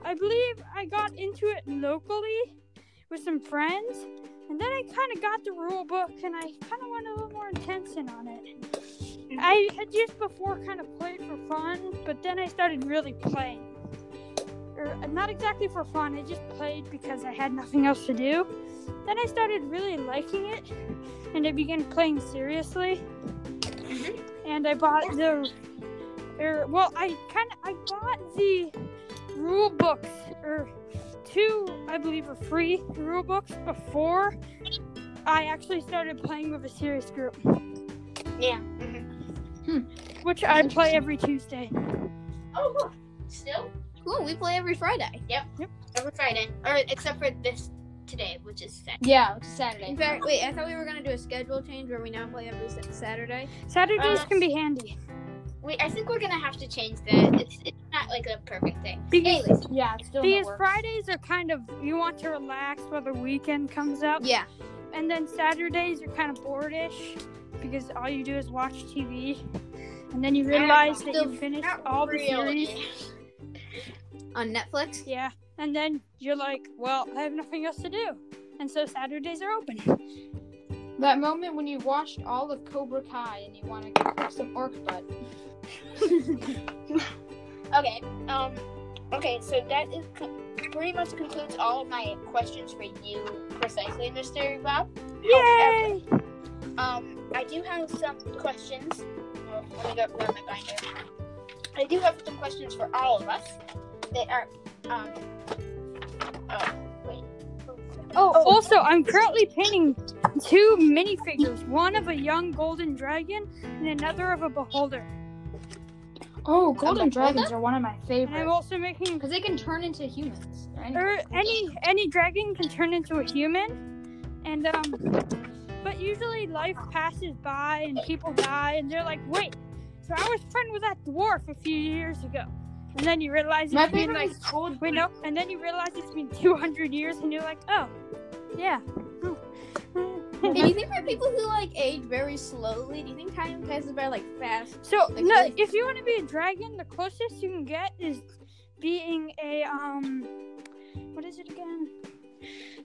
Speaker 4: I believe I got into it locally with some friends, and then I kind of got the rule book and I kind of went a little more intention on it. I had just before kind of played for fun, but then I started really playing. Or uh, not exactly for fun, I just played because I had nothing else to do. Then I started really liking it, and I began playing seriously. And I bought the or well, I kind of I bought the rule books or two, I believe, are free rule books before I actually started playing with a serious group,
Speaker 3: Yeah.
Speaker 4: which I play every Tuesday.
Speaker 3: Oh, cool. Still?
Speaker 2: Cool. Oh, We play every Friday.
Speaker 3: Every Friday. Or except for this today, which is Saturday.
Speaker 1: Yeah, it's Saturday.
Speaker 2: In fact, wait. I thought we were gonna do a schedule change where we now play every Sa- Saturday.
Speaker 4: Saturdays
Speaker 3: Uh,
Speaker 4: can be handy.
Speaker 3: We, I think we're going to have to change that. It's, it's not like a perfect thing.
Speaker 4: Because,
Speaker 3: Anyways,
Speaker 1: yeah, it's still in the
Speaker 4: because
Speaker 1: works.
Speaker 4: Fridays are kind of you want to relax while the weekend comes up,
Speaker 2: Yeah.
Speaker 4: and then Saturdays are kind of bored-ish because all you do is watch TV, and then you realize that
Speaker 2: still
Speaker 4: you finished
Speaker 3: not
Speaker 4: all the
Speaker 3: really.
Speaker 4: series.
Speaker 2: On Netflix.
Speaker 4: Yeah, and then you're like, well, I have nothing else to do. And so Saturdays are open.
Speaker 1: That moment when you've watched all of Cobra Kai and you want to get some orc butt.
Speaker 3: Okay. Um. Okay. So that is co- pretty much concludes all of my questions for you, precisely, Mr. Bob.
Speaker 4: Yay!
Speaker 3: Um. I do have some questions. Oh, let me go grab my binder. I do have some questions for all of us. They are. Um. Oh wait.
Speaker 4: Oh, also, I'm currently painting two minifigures one of a young golden dragon and another of a beholder.
Speaker 1: Oh, golden dragons are one of my
Speaker 4: And I'm
Speaker 1: favorites
Speaker 4: also making.
Speaker 1: because they can turn into humans. Right?
Speaker 4: Or any any dragon can turn into a human, and um, but usually life passes by and people die, and they're like, wait, so I was friends with that dwarf a few years ago, and then you realize
Speaker 1: my
Speaker 4: it's been,
Speaker 1: favorite
Speaker 4: like
Speaker 1: is gold.
Speaker 4: Wait, no. And then you realize it's been 200 years, and you're like, oh, yeah.
Speaker 2: Do you think for people who like age very slowly, do you think time passes by like fast?
Speaker 4: so,
Speaker 2: Like,
Speaker 4: no,
Speaker 2: really-
Speaker 4: if you want to be a dragon, the closest you can get is being a, um, what is it again?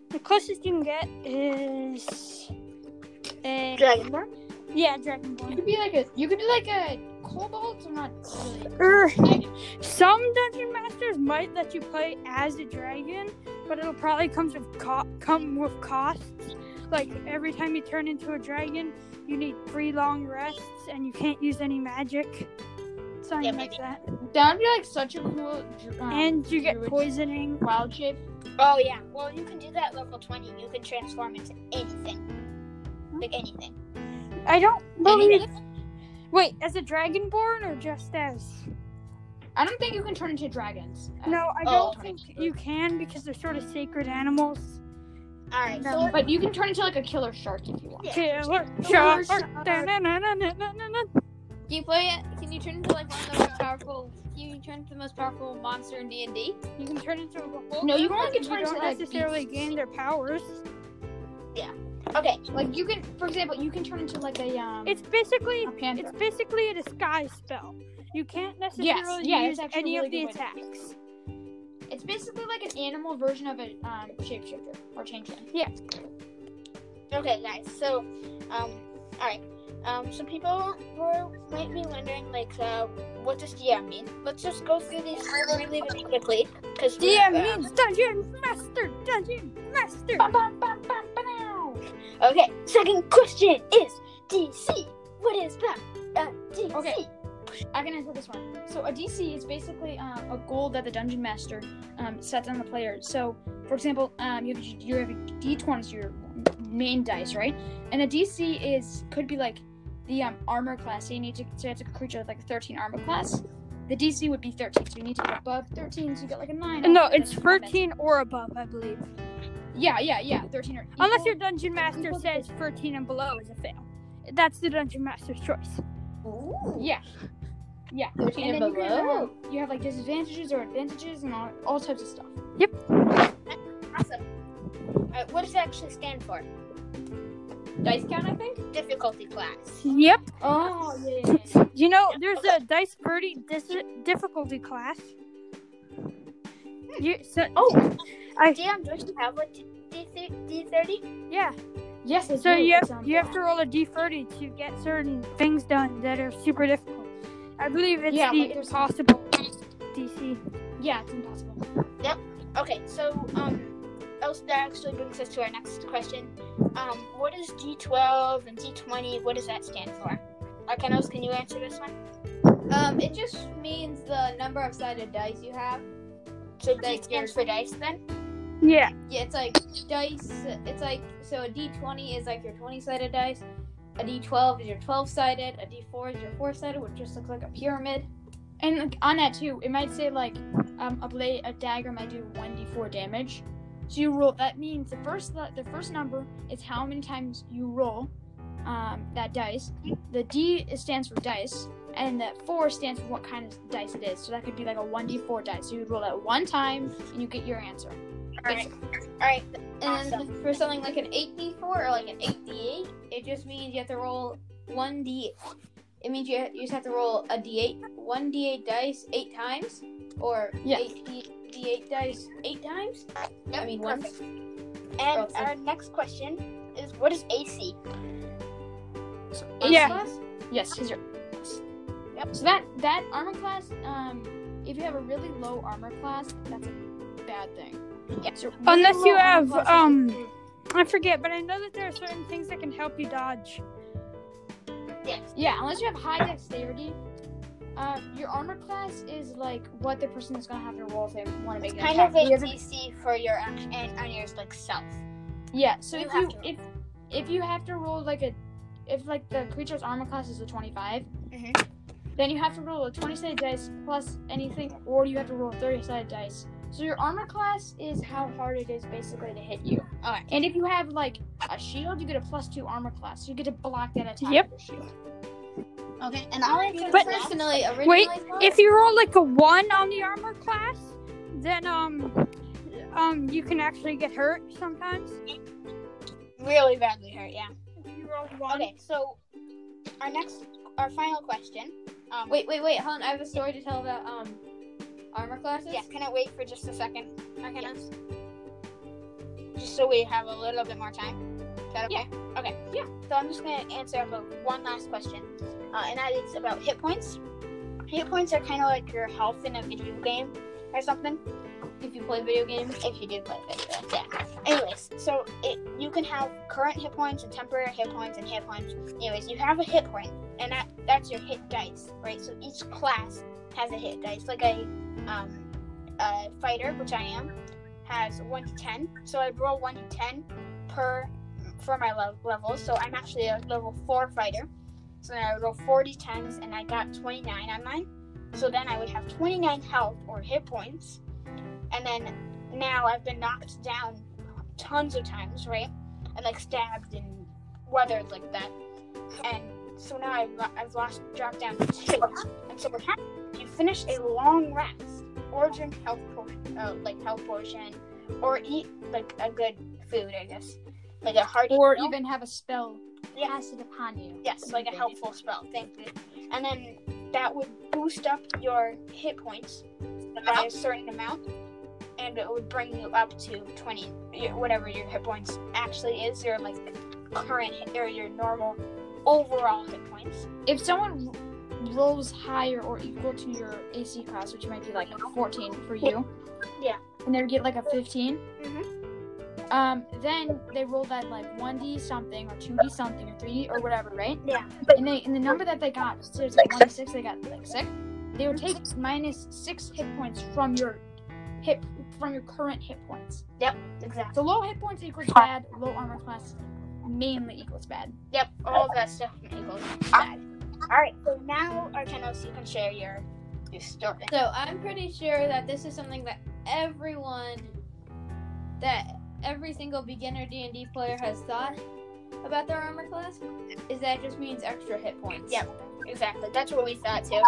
Speaker 4: The closest you can get is a,
Speaker 3: Dragonborn.
Speaker 4: yeah,
Speaker 1: You
Speaker 4: dragonborn.
Speaker 1: could be like a. You could be like a cobalt. I'm not really.
Speaker 4: Er, some dungeon masters might let you play as a dragon, but it'll probably comes with co- come with costs. Like every time you turn into a dragon, you need three long rests, and you can't use any magic, something
Speaker 3: Yeah,
Speaker 4: like that.
Speaker 1: That would be like such a cool. dr- Um,
Speaker 4: And you get
Speaker 1: druid
Speaker 4: poisoning.
Speaker 1: Wild shape.
Speaker 3: Oh yeah. Well, you can do that level twenty. You can transform into anything. Like anything.
Speaker 4: I don't believe.
Speaker 3: Anything.
Speaker 4: Wait, as a dragonborn or just as?
Speaker 1: I don't think you can turn into dragons. Uh,
Speaker 4: No, I
Speaker 3: Oh,
Speaker 4: don't
Speaker 3: okay.
Speaker 4: think you can because they're sort of sacred animals.
Speaker 3: All right.
Speaker 4: No.
Speaker 3: So
Speaker 1: But you can turn into like a killer shark if you want.
Speaker 3: Yeah.
Speaker 4: Killer
Speaker 2: Killer
Speaker 4: shark.
Speaker 2: shark.
Speaker 4: Da-na-na-na-na-na-na.
Speaker 2: Do you play it? Can you turn into like one of the most powerful? Can you turn into the most powerful monster in D and D?
Speaker 4: You can turn into a wolf.
Speaker 1: No, you only
Speaker 4: but
Speaker 1: can turn
Speaker 4: you
Speaker 1: into,
Speaker 4: don't
Speaker 1: like,
Speaker 4: necessarily
Speaker 1: beasts.
Speaker 4: gain their powers.
Speaker 3: okay.
Speaker 1: Like you can, for example, you can turn into like a um.
Speaker 4: It's basically
Speaker 1: a panda.
Speaker 4: it's basically a disguise spell. You can't necessarily
Speaker 1: yeah, that's
Speaker 4: use
Speaker 1: actually a
Speaker 4: any
Speaker 1: really
Speaker 4: of the
Speaker 1: good way to
Speaker 4: attacks.
Speaker 1: It's basically like an animal version of a um, shapeshifter or changeling.
Speaker 3: Okay, guys. So, um, all right. Um, some people were might be wondering, like, uh, what does DM mean? Let's just go through these really, really quickly, because
Speaker 4: DM
Speaker 3: uh,
Speaker 4: means dungeon master, dungeon master.
Speaker 1: Bum, bum, bum, bum, ba-dow.
Speaker 3: Okay. Second question is DC. What is that? Uh, DC.
Speaker 1: Okay. I can answer this one. So a DC is basically um, a goal that the dungeon master um, sets on the player. So, for example, um, you have you have a D20 is your main dice, right? And a DC is could be like the um, armor class. So you need to say it's a creature with like a 13 armor class. The DC would be 13, so you need to get above 13, so you get like a nine.
Speaker 4: No,
Speaker 1: Then
Speaker 4: it's
Speaker 1: combat.
Speaker 4: 13 or above, I believe.
Speaker 1: Yeah, yeah, yeah, 13 or
Speaker 4: Unless
Speaker 1: equal.
Speaker 4: your dungeon master
Speaker 1: equal to
Speaker 4: says 13 and below is a fail. That's the dungeon master's choice.
Speaker 1: Yeah. Yeah.
Speaker 2: Thirteen
Speaker 1: And
Speaker 2: and
Speaker 1: then you, can,
Speaker 2: below.
Speaker 1: um, you have like disadvantages or advantages and all, all types of stuff.
Speaker 3: Awesome. All right, Uh, what does it actually stand for?
Speaker 2: Dice count, I think.
Speaker 3: Difficulty class.
Speaker 4: Yep.
Speaker 1: Oh yeah. yeah.
Speaker 4: You know, there's a dice birdie dis- difficulty class. You, so,
Speaker 3: Oh,
Speaker 4: I-
Speaker 3: damn! Don't you have like D D thirty?
Speaker 4: yeah.
Speaker 1: yes, I
Speaker 4: So
Speaker 1: do.
Speaker 4: you have,
Speaker 1: It's, um,
Speaker 4: you have to roll a d30 to get certain things done that are super difficult. I believe it's
Speaker 1: Yeah,
Speaker 4: the
Speaker 1: like there's-
Speaker 4: impossible DC.
Speaker 1: Yeah, it's impossible.
Speaker 3: Okay, so um, else that actually brings us to our next question. Um, what is D twelve and D twenty? What does that stand for? Arcanos, can you answer this one?
Speaker 2: Um, it just means the number of sided dice you have.
Speaker 3: So D
Speaker 2: Like
Speaker 3: stands
Speaker 2: your-
Speaker 3: for dice, then.
Speaker 4: Yeah.
Speaker 2: Yeah, it's like dice. It's like so a D20 is like your 20-sided dice. A D12 is your 12-sided. A D4 is your 4-sided, which just looks like a pyramid.
Speaker 1: And like, on that too, it might say like um, a blade, a dagger might do one d4 damage. So you roll. That means the first the, the first number is how many times you roll um, that dice. The D is- stands for dice, and the four stands for what kind of dice it is. So that could be like a one d4 dice. So you would roll that one time, and you get your answer.
Speaker 3: All right. All right.
Speaker 2: And
Speaker 3: Awesome.
Speaker 2: for something like an 8D4 or like an 8D8, it just means you have to roll one D. It means you, you just have to roll a D8, one D8 dice eight times, or
Speaker 1: Yeah.
Speaker 2: eight D, D8 dice eight times. I mean
Speaker 3: Yep,
Speaker 2: once.
Speaker 3: And
Speaker 2: Awesome.
Speaker 3: our next question is, what is AC?
Speaker 1: So
Speaker 4: Yeah.
Speaker 1: class? Yes, is your
Speaker 3: Yep.
Speaker 1: So that that armor class, um, if you have a really low armor class, that's a bad thing.
Speaker 3: Yeah.
Speaker 1: So really
Speaker 4: Unless
Speaker 1: low
Speaker 4: you
Speaker 1: armor
Speaker 4: have,
Speaker 1: classes-
Speaker 4: um, I forget, but I know that there are certain things that can help you dodge.
Speaker 3: Yes.
Speaker 1: yeah, unless you have high dexterity, uh, your armor class is like what the person is gonna have to roll if they want to make
Speaker 3: It's
Speaker 1: an
Speaker 3: kind
Speaker 1: attack.
Speaker 3: of a
Speaker 1: You have a-
Speaker 3: DC for your act- and on your like self.
Speaker 1: yeah. So
Speaker 3: you
Speaker 1: if
Speaker 3: have
Speaker 1: you
Speaker 3: to
Speaker 1: if if you have to roll like a if like the creature's armor class is a 25
Speaker 3: Mhm.
Speaker 1: then you have to roll a twenty sided dice plus anything, or you have to roll thirty sided dice. So your armor class is how hard it is basically to hit you.
Speaker 3: Alright.
Speaker 1: And if you have like a shield, you get a plus two armor class, so you get to block that attack
Speaker 4: Yep.
Speaker 1: with your shield.
Speaker 3: Okay. And I'll answer
Speaker 4: But-
Speaker 3: this last.
Speaker 2: personally, originally
Speaker 4: Wait,
Speaker 2: thought-
Speaker 4: If you roll like a one on the armor class, then um, um, you can actually get hurt sometimes.
Speaker 3: really badly hurt. Yeah.
Speaker 4: If you roll one,
Speaker 3: Okay. So our next, our final question. Um,
Speaker 2: wait, wait, wait, hold on. I have a story to tell about um armor classes.
Speaker 3: Yeah. Can I wait for just a second? Okay. Just so we have a little bit more time. Is that okay? Yeah. Okay.
Speaker 1: Yeah.
Speaker 3: So I'm just gonna answer about one last question, uh, and that is about hit points. Hit points are kind of like your health in a video game or something.
Speaker 2: If you play video games,
Speaker 3: if you do play video games, yeah. Anyways, so it, you can have current hit points and temporary hit points and hit points. Anyways, you have a hit point, and that that's your hit dice, right? So each class has a hit dice. Like a, um, a fighter, which I am, has one to ten. So I roll one to ten per for my le- level. So I'm actually a level four fighter. So then I roll 40 tens, and I got 29 on mine. So then I would have 29 health or hit points, and then now I've been knocked down tons of times, right? And like stabbed and weathered like that. And so now I've, lo- I've lost, dropped down to two. And so what happens? if You finish a long rest, or drink health, po- uh, like health potion, or eat like a good food, I guess, like a hearty
Speaker 1: Or
Speaker 3: meal.
Speaker 1: even have a spell
Speaker 3: Yeah.
Speaker 1: casted upon you.
Speaker 3: Yes, like a helpful spell. Thank you. And then that would boost up your hit points by a certain amount, and it would bring you up to twenty, your- whatever your hit points actually is, your like current hit, or your normal overall hit points.
Speaker 1: If someone r- rolls higher or equal to your AC class, which might be like a 14 for you,
Speaker 3: Yeah. Mm-hmm.
Speaker 1: and they get like a 15, Um, then they rolled that like 1d something or 2d something or 3d or whatever, right?
Speaker 3: Yeah.
Speaker 1: And they and the number that they got, so it's like 1 to 6, they got like 6. They would take minus 6 hit points from your hit from your current hit points.
Speaker 3: Exactly.
Speaker 1: So low hit points equals bad, low armor class mainly equals bad.
Speaker 3: Yep. All that stuff equals bad. All right. So now, Arcanos, you can share your your story.
Speaker 2: So I'm pretty sure that this is something that everyone, that every single beginner D and D player has thought about their armor class, is that it just means extra hit points.
Speaker 3: Yep. Exactly. That's what we thought too.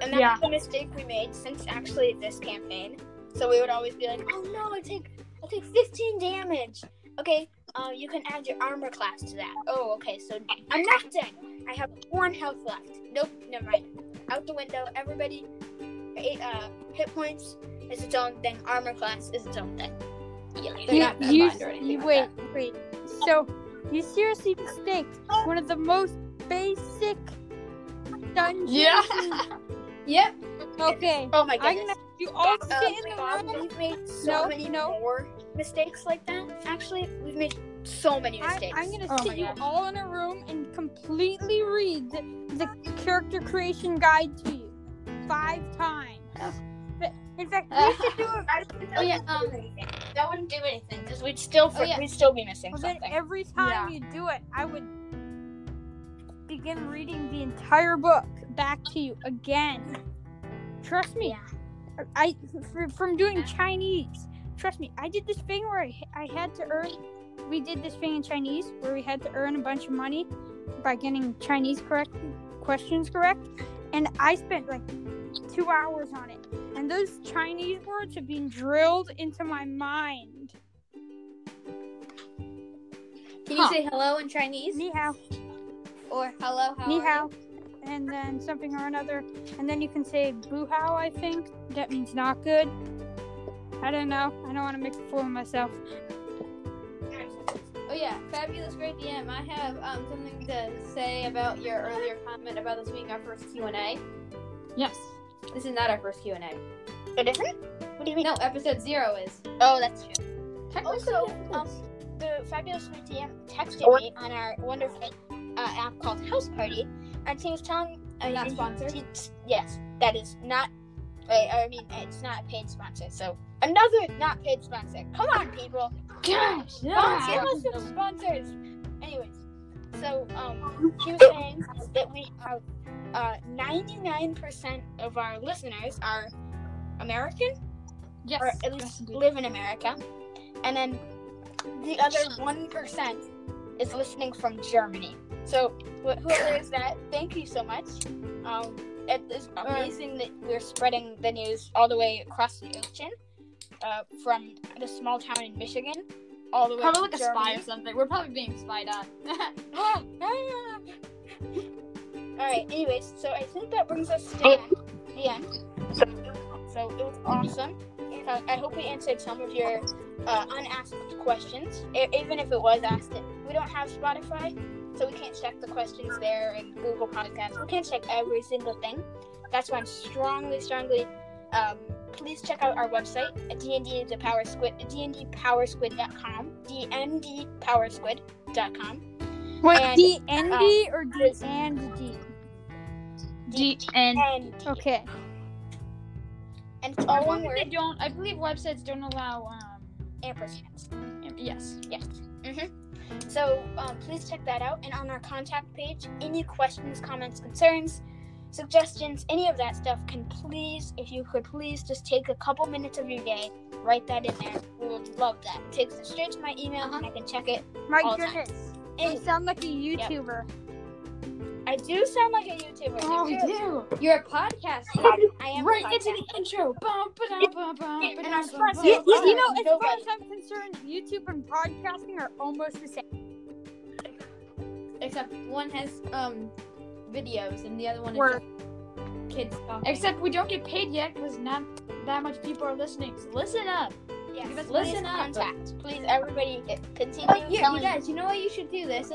Speaker 3: And that's
Speaker 1: Yeah.
Speaker 3: the mistake we made since actually this campaign. So we would always be like, "Oh no, I take I take 15 damage." Okay, uh, you can add your armor class to that. Oh, okay. So I'm not dead. I have one health left. Nope, never mind. Out the window. Everybody, eight uh, hit points is its own thing. Armor class is its own thing.
Speaker 2: Yeah, they're
Speaker 4: You,
Speaker 2: not
Speaker 4: you,
Speaker 2: combined or anything
Speaker 4: you
Speaker 2: like
Speaker 4: wait, wait. So you seriously distinct one of the most basic dungeons.
Speaker 1: Yeah.
Speaker 2: that. Yep.
Speaker 4: Okay.
Speaker 3: Oh my
Speaker 4: I'm gonna
Speaker 3: goodness.
Speaker 4: have you all
Speaker 3: Uh,
Speaker 4: sit in
Speaker 3: Bob,
Speaker 4: the room.
Speaker 3: we've made so
Speaker 4: No,
Speaker 3: many
Speaker 4: no.
Speaker 3: more mistakes like that. Actually, we've made so many
Speaker 4: I,
Speaker 3: mistakes.
Speaker 4: I'm gonna
Speaker 1: Oh my
Speaker 4: sit you
Speaker 1: gosh.
Speaker 4: all in a room and completely read the, the character creation guide to you five times. But- In fact, we should do it.
Speaker 3: Oh yeah, um, that wouldn't do anything because we'd still for,
Speaker 2: Oh, yeah.
Speaker 3: we'd still be missing
Speaker 4: Well, then
Speaker 3: something.
Speaker 4: every time you do it, I would begin reading the entire book back to you again. Trust me. I f- from doing Chinese. Trust me, I did this thing where I, I had to earn. We did this thing in Chinese where we had to earn a bunch of money by getting Chinese correct questions correct, and I spent like two hours on it. And those Chinese words have been drilled into my mind.
Speaker 2: Can you
Speaker 1: Huh.
Speaker 2: say hello in Chinese
Speaker 4: Ni hao.
Speaker 2: or hello? How
Speaker 4: Ni
Speaker 2: are you?
Speaker 4: hao, and then something or another, and then you can say boo hao. I think that means not good. I don't know. I don't want to make a fool of myself.
Speaker 2: Oh yeah, fabulous, great DM. I have um, something to say about your earlier comment about this being our first Q and A.
Speaker 1: Yes.
Speaker 2: This is not our first Q and A.
Speaker 3: It isn't. What do you mean?
Speaker 2: No, episode zero is.
Speaker 3: Oh, that's true. Also,
Speaker 1: Technically,
Speaker 3: um,
Speaker 1: yes.
Speaker 3: the fabulous Sweet DM texted me on our wonderful uh, app called House Party, and he was telling uh,
Speaker 2: Not
Speaker 3: he-
Speaker 2: sponsored.
Speaker 3: he- yes, that is not. I, I mean, it's not a paid sponsor. So another not paid sponsor. Come on, people.
Speaker 1: gosh,
Speaker 3: Volunteer
Speaker 1: yeah.
Speaker 3: us with sponsors. Anyways, so um, she was saying that we are uh, 99% of our listeners are American
Speaker 1: Yes.
Speaker 3: or at
Speaker 1: yes,
Speaker 3: least
Speaker 1: indeed.
Speaker 3: live in America, and then the other 1% is listening from Germany. So wh- whoever is that, thank you so much. Um, it is
Speaker 1: Uh,
Speaker 3: amazing that we're spreading the news all the way across the ocean, uh, from the small town in Michigan, all the way
Speaker 1: Probably
Speaker 3: to
Speaker 1: like a
Speaker 3: Germany.
Speaker 1: spy or something. We're probably being spied on.
Speaker 3: All right. Anyways, so I think that brings us to the end. So it was awesome. So I hope we answered some of your uh, unasked questions. E- even if it was asked, we don't have Spotify, so we can't check the questions there and Google Podcasts. We can't check every single thing. That's why I'm strongly, strongly. Um, please check out our website at dnd the power squid dndpowersquid.com dndpowersquid.com
Speaker 4: What
Speaker 3: And,
Speaker 4: D and D or D
Speaker 3: there's-
Speaker 4: and D?
Speaker 1: D and
Speaker 3: and
Speaker 4: Okay.
Speaker 3: and it's
Speaker 1: I
Speaker 3: all one
Speaker 1: believe Oh, They
Speaker 3: word
Speaker 1: don't. I believe websites don't allow. Um.
Speaker 3: ampersands.
Speaker 1: am- Yes.
Speaker 3: Yes. Mm-hmm. So um, please check that out. And on our contact page, any questions, comments, concerns, suggestions, any of that stuff, can please, if you could please, just take a couple minutes of your day, write that in there. We would love that. It takes it straight to my email,
Speaker 1: Uh-huh.
Speaker 3: and I can check it.
Speaker 4: My
Speaker 3: All time.
Speaker 4: goodness, you
Speaker 3: And
Speaker 4: sound like a YouTuber.
Speaker 3: I do sound like a YouTuber.
Speaker 1: Oh,
Speaker 3: I
Speaker 1: we
Speaker 3: do.
Speaker 1: do.
Speaker 2: You're a podcaster.
Speaker 3: I am. a
Speaker 1: Right
Speaker 3: podcast.
Speaker 1: into the intro. Bum, ba-dum, bum, bum,
Speaker 3: Yeah, and
Speaker 1: ba-dum,
Speaker 3: our
Speaker 1: bum,
Speaker 3: sponsor-
Speaker 1: bum,
Speaker 3: You-
Speaker 1: bum.
Speaker 4: You know, as
Speaker 3: Go
Speaker 4: far
Speaker 3: ahead.
Speaker 4: as I'm concerned, YouTube and podcasting are almost the same.
Speaker 2: Except one has um videos and the other one
Speaker 4: Word.
Speaker 2: is just kids talking.
Speaker 1: Except we don't get paid yet because not that much people are listening. So listen up.
Speaker 3: Yes,
Speaker 1: Give us-
Speaker 3: please
Speaker 1: listen up.
Speaker 3: contact. Please, everybody, uh, continue
Speaker 2: oh, you, you
Speaker 3: telling
Speaker 2: guys, you know why you should do this?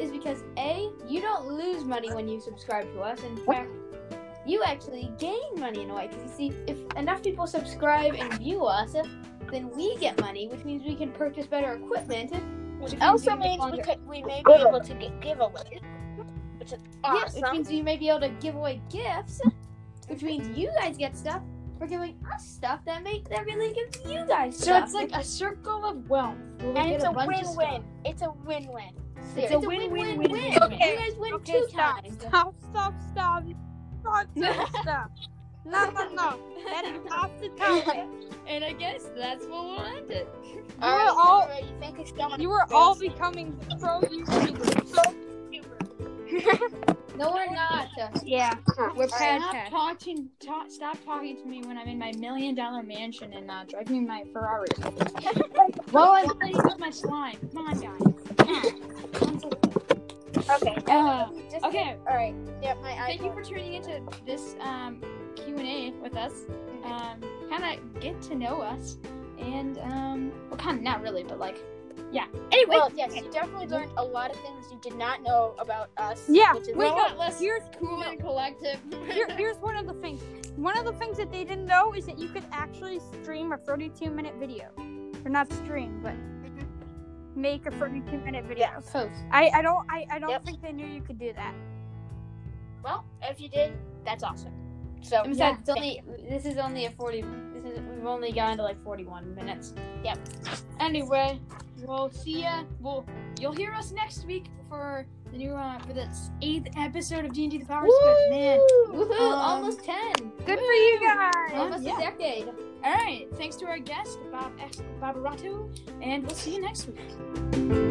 Speaker 2: Is because A, you don't lose money when you subscribe to us. In fact, you actually gain money in a way. Because you see, if enough people subscribe and view us, then we get money, which means we can purchase better equipment. Which means
Speaker 3: Also
Speaker 2: we
Speaker 3: means
Speaker 2: can
Speaker 3: we
Speaker 2: longer-
Speaker 3: could we may be able to get giveaways, which is
Speaker 2: yeah,
Speaker 3: awesome.
Speaker 2: which means you may be able to give away gifts, which means you guys get stuff for giving us stuff that make that really gives you guys
Speaker 1: So
Speaker 2: stuff.
Speaker 1: it's like a circle of wealth. where we
Speaker 3: and
Speaker 1: get
Speaker 3: it's a
Speaker 1: bunch of stuff.
Speaker 3: win-win. It's a win-win.
Speaker 2: it's,
Speaker 1: a
Speaker 2: a win win win.
Speaker 1: win-win-win.
Speaker 2: You guys win
Speaker 4: Okay,
Speaker 2: two
Speaker 4: stop,
Speaker 2: times.
Speaker 4: stop, stop, stop, stop, stop, stop. No, no, no. That is off the topic.
Speaker 2: And I guess that's what we'll end it.
Speaker 3: All right,
Speaker 4: all-
Speaker 3: all right. Thank you so much.
Speaker 4: You are all becoming pro YouTubers. So YouTubers.
Speaker 2: No, we're not.
Speaker 4: Yeah.
Speaker 2: We're
Speaker 3: Alright.
Speaker 1: Stop talking. Ta- stop talking to me when I'm in my million dollar mansion and uh, driving my Ferrari. well, I'm playing with my slime. Come on, guys.
Speaker 3: Okay.
Speaker 1: Uh,
Speaker 3: Just-
Speaker 1: okay.
Speaker 3: All right. Yeah, my
Speaker 1: Thank you
Speaker 3: iPhone.
Speaker 1: for tuning into this um, Q and A with us. Um, kind of get to know us, and um, well, kind of not really, but like, yeah. Anyway,
Speaker 3: Well, yes, you definitely learned a lot of things you did not know about us.
Speaker 4: Yeah,
Speaker 3: Which is
Speaker 1: we
Speaker 4: well,
Speaker 1: got less
Speaker 4: Here's
Speaker 1: cool and collective.
Speaker 4: Here, here's one of the things. One of the things that they didn't know is that you could actually stream a 32 minute video. Or not stream, but
Speaker 3: Mm-hmm.
Speaker 4: make a 32 minute video.
Speaker 1: Post.
Speaker 4: I, I don't I, I don't
Speaker 3: Yep.
Speaker 4: think they knew you could do that.
Speaker 3: well, if you did, that's awesome. So
Speaker 2: And besides, it's only this is only a forty. This is we've only gotten to like forty-one minutes.
Speaker 1: Anyway, we'll see ya. Well, you'll hear us next week for the new uh, for this eighth episode of D and D the Power Script. Man.
Speaker 2: Woohoo!
Speaker 1: Um,
Speaker 2: almost ten.
Speaker 4: Good for you guys.
Speaker 2: Almost
Speaker 1: yeah.
Speaker 2: a decade.
Speaker 1: All right. Thanks to our guest Bob X Babaratu, and we'll see you next week.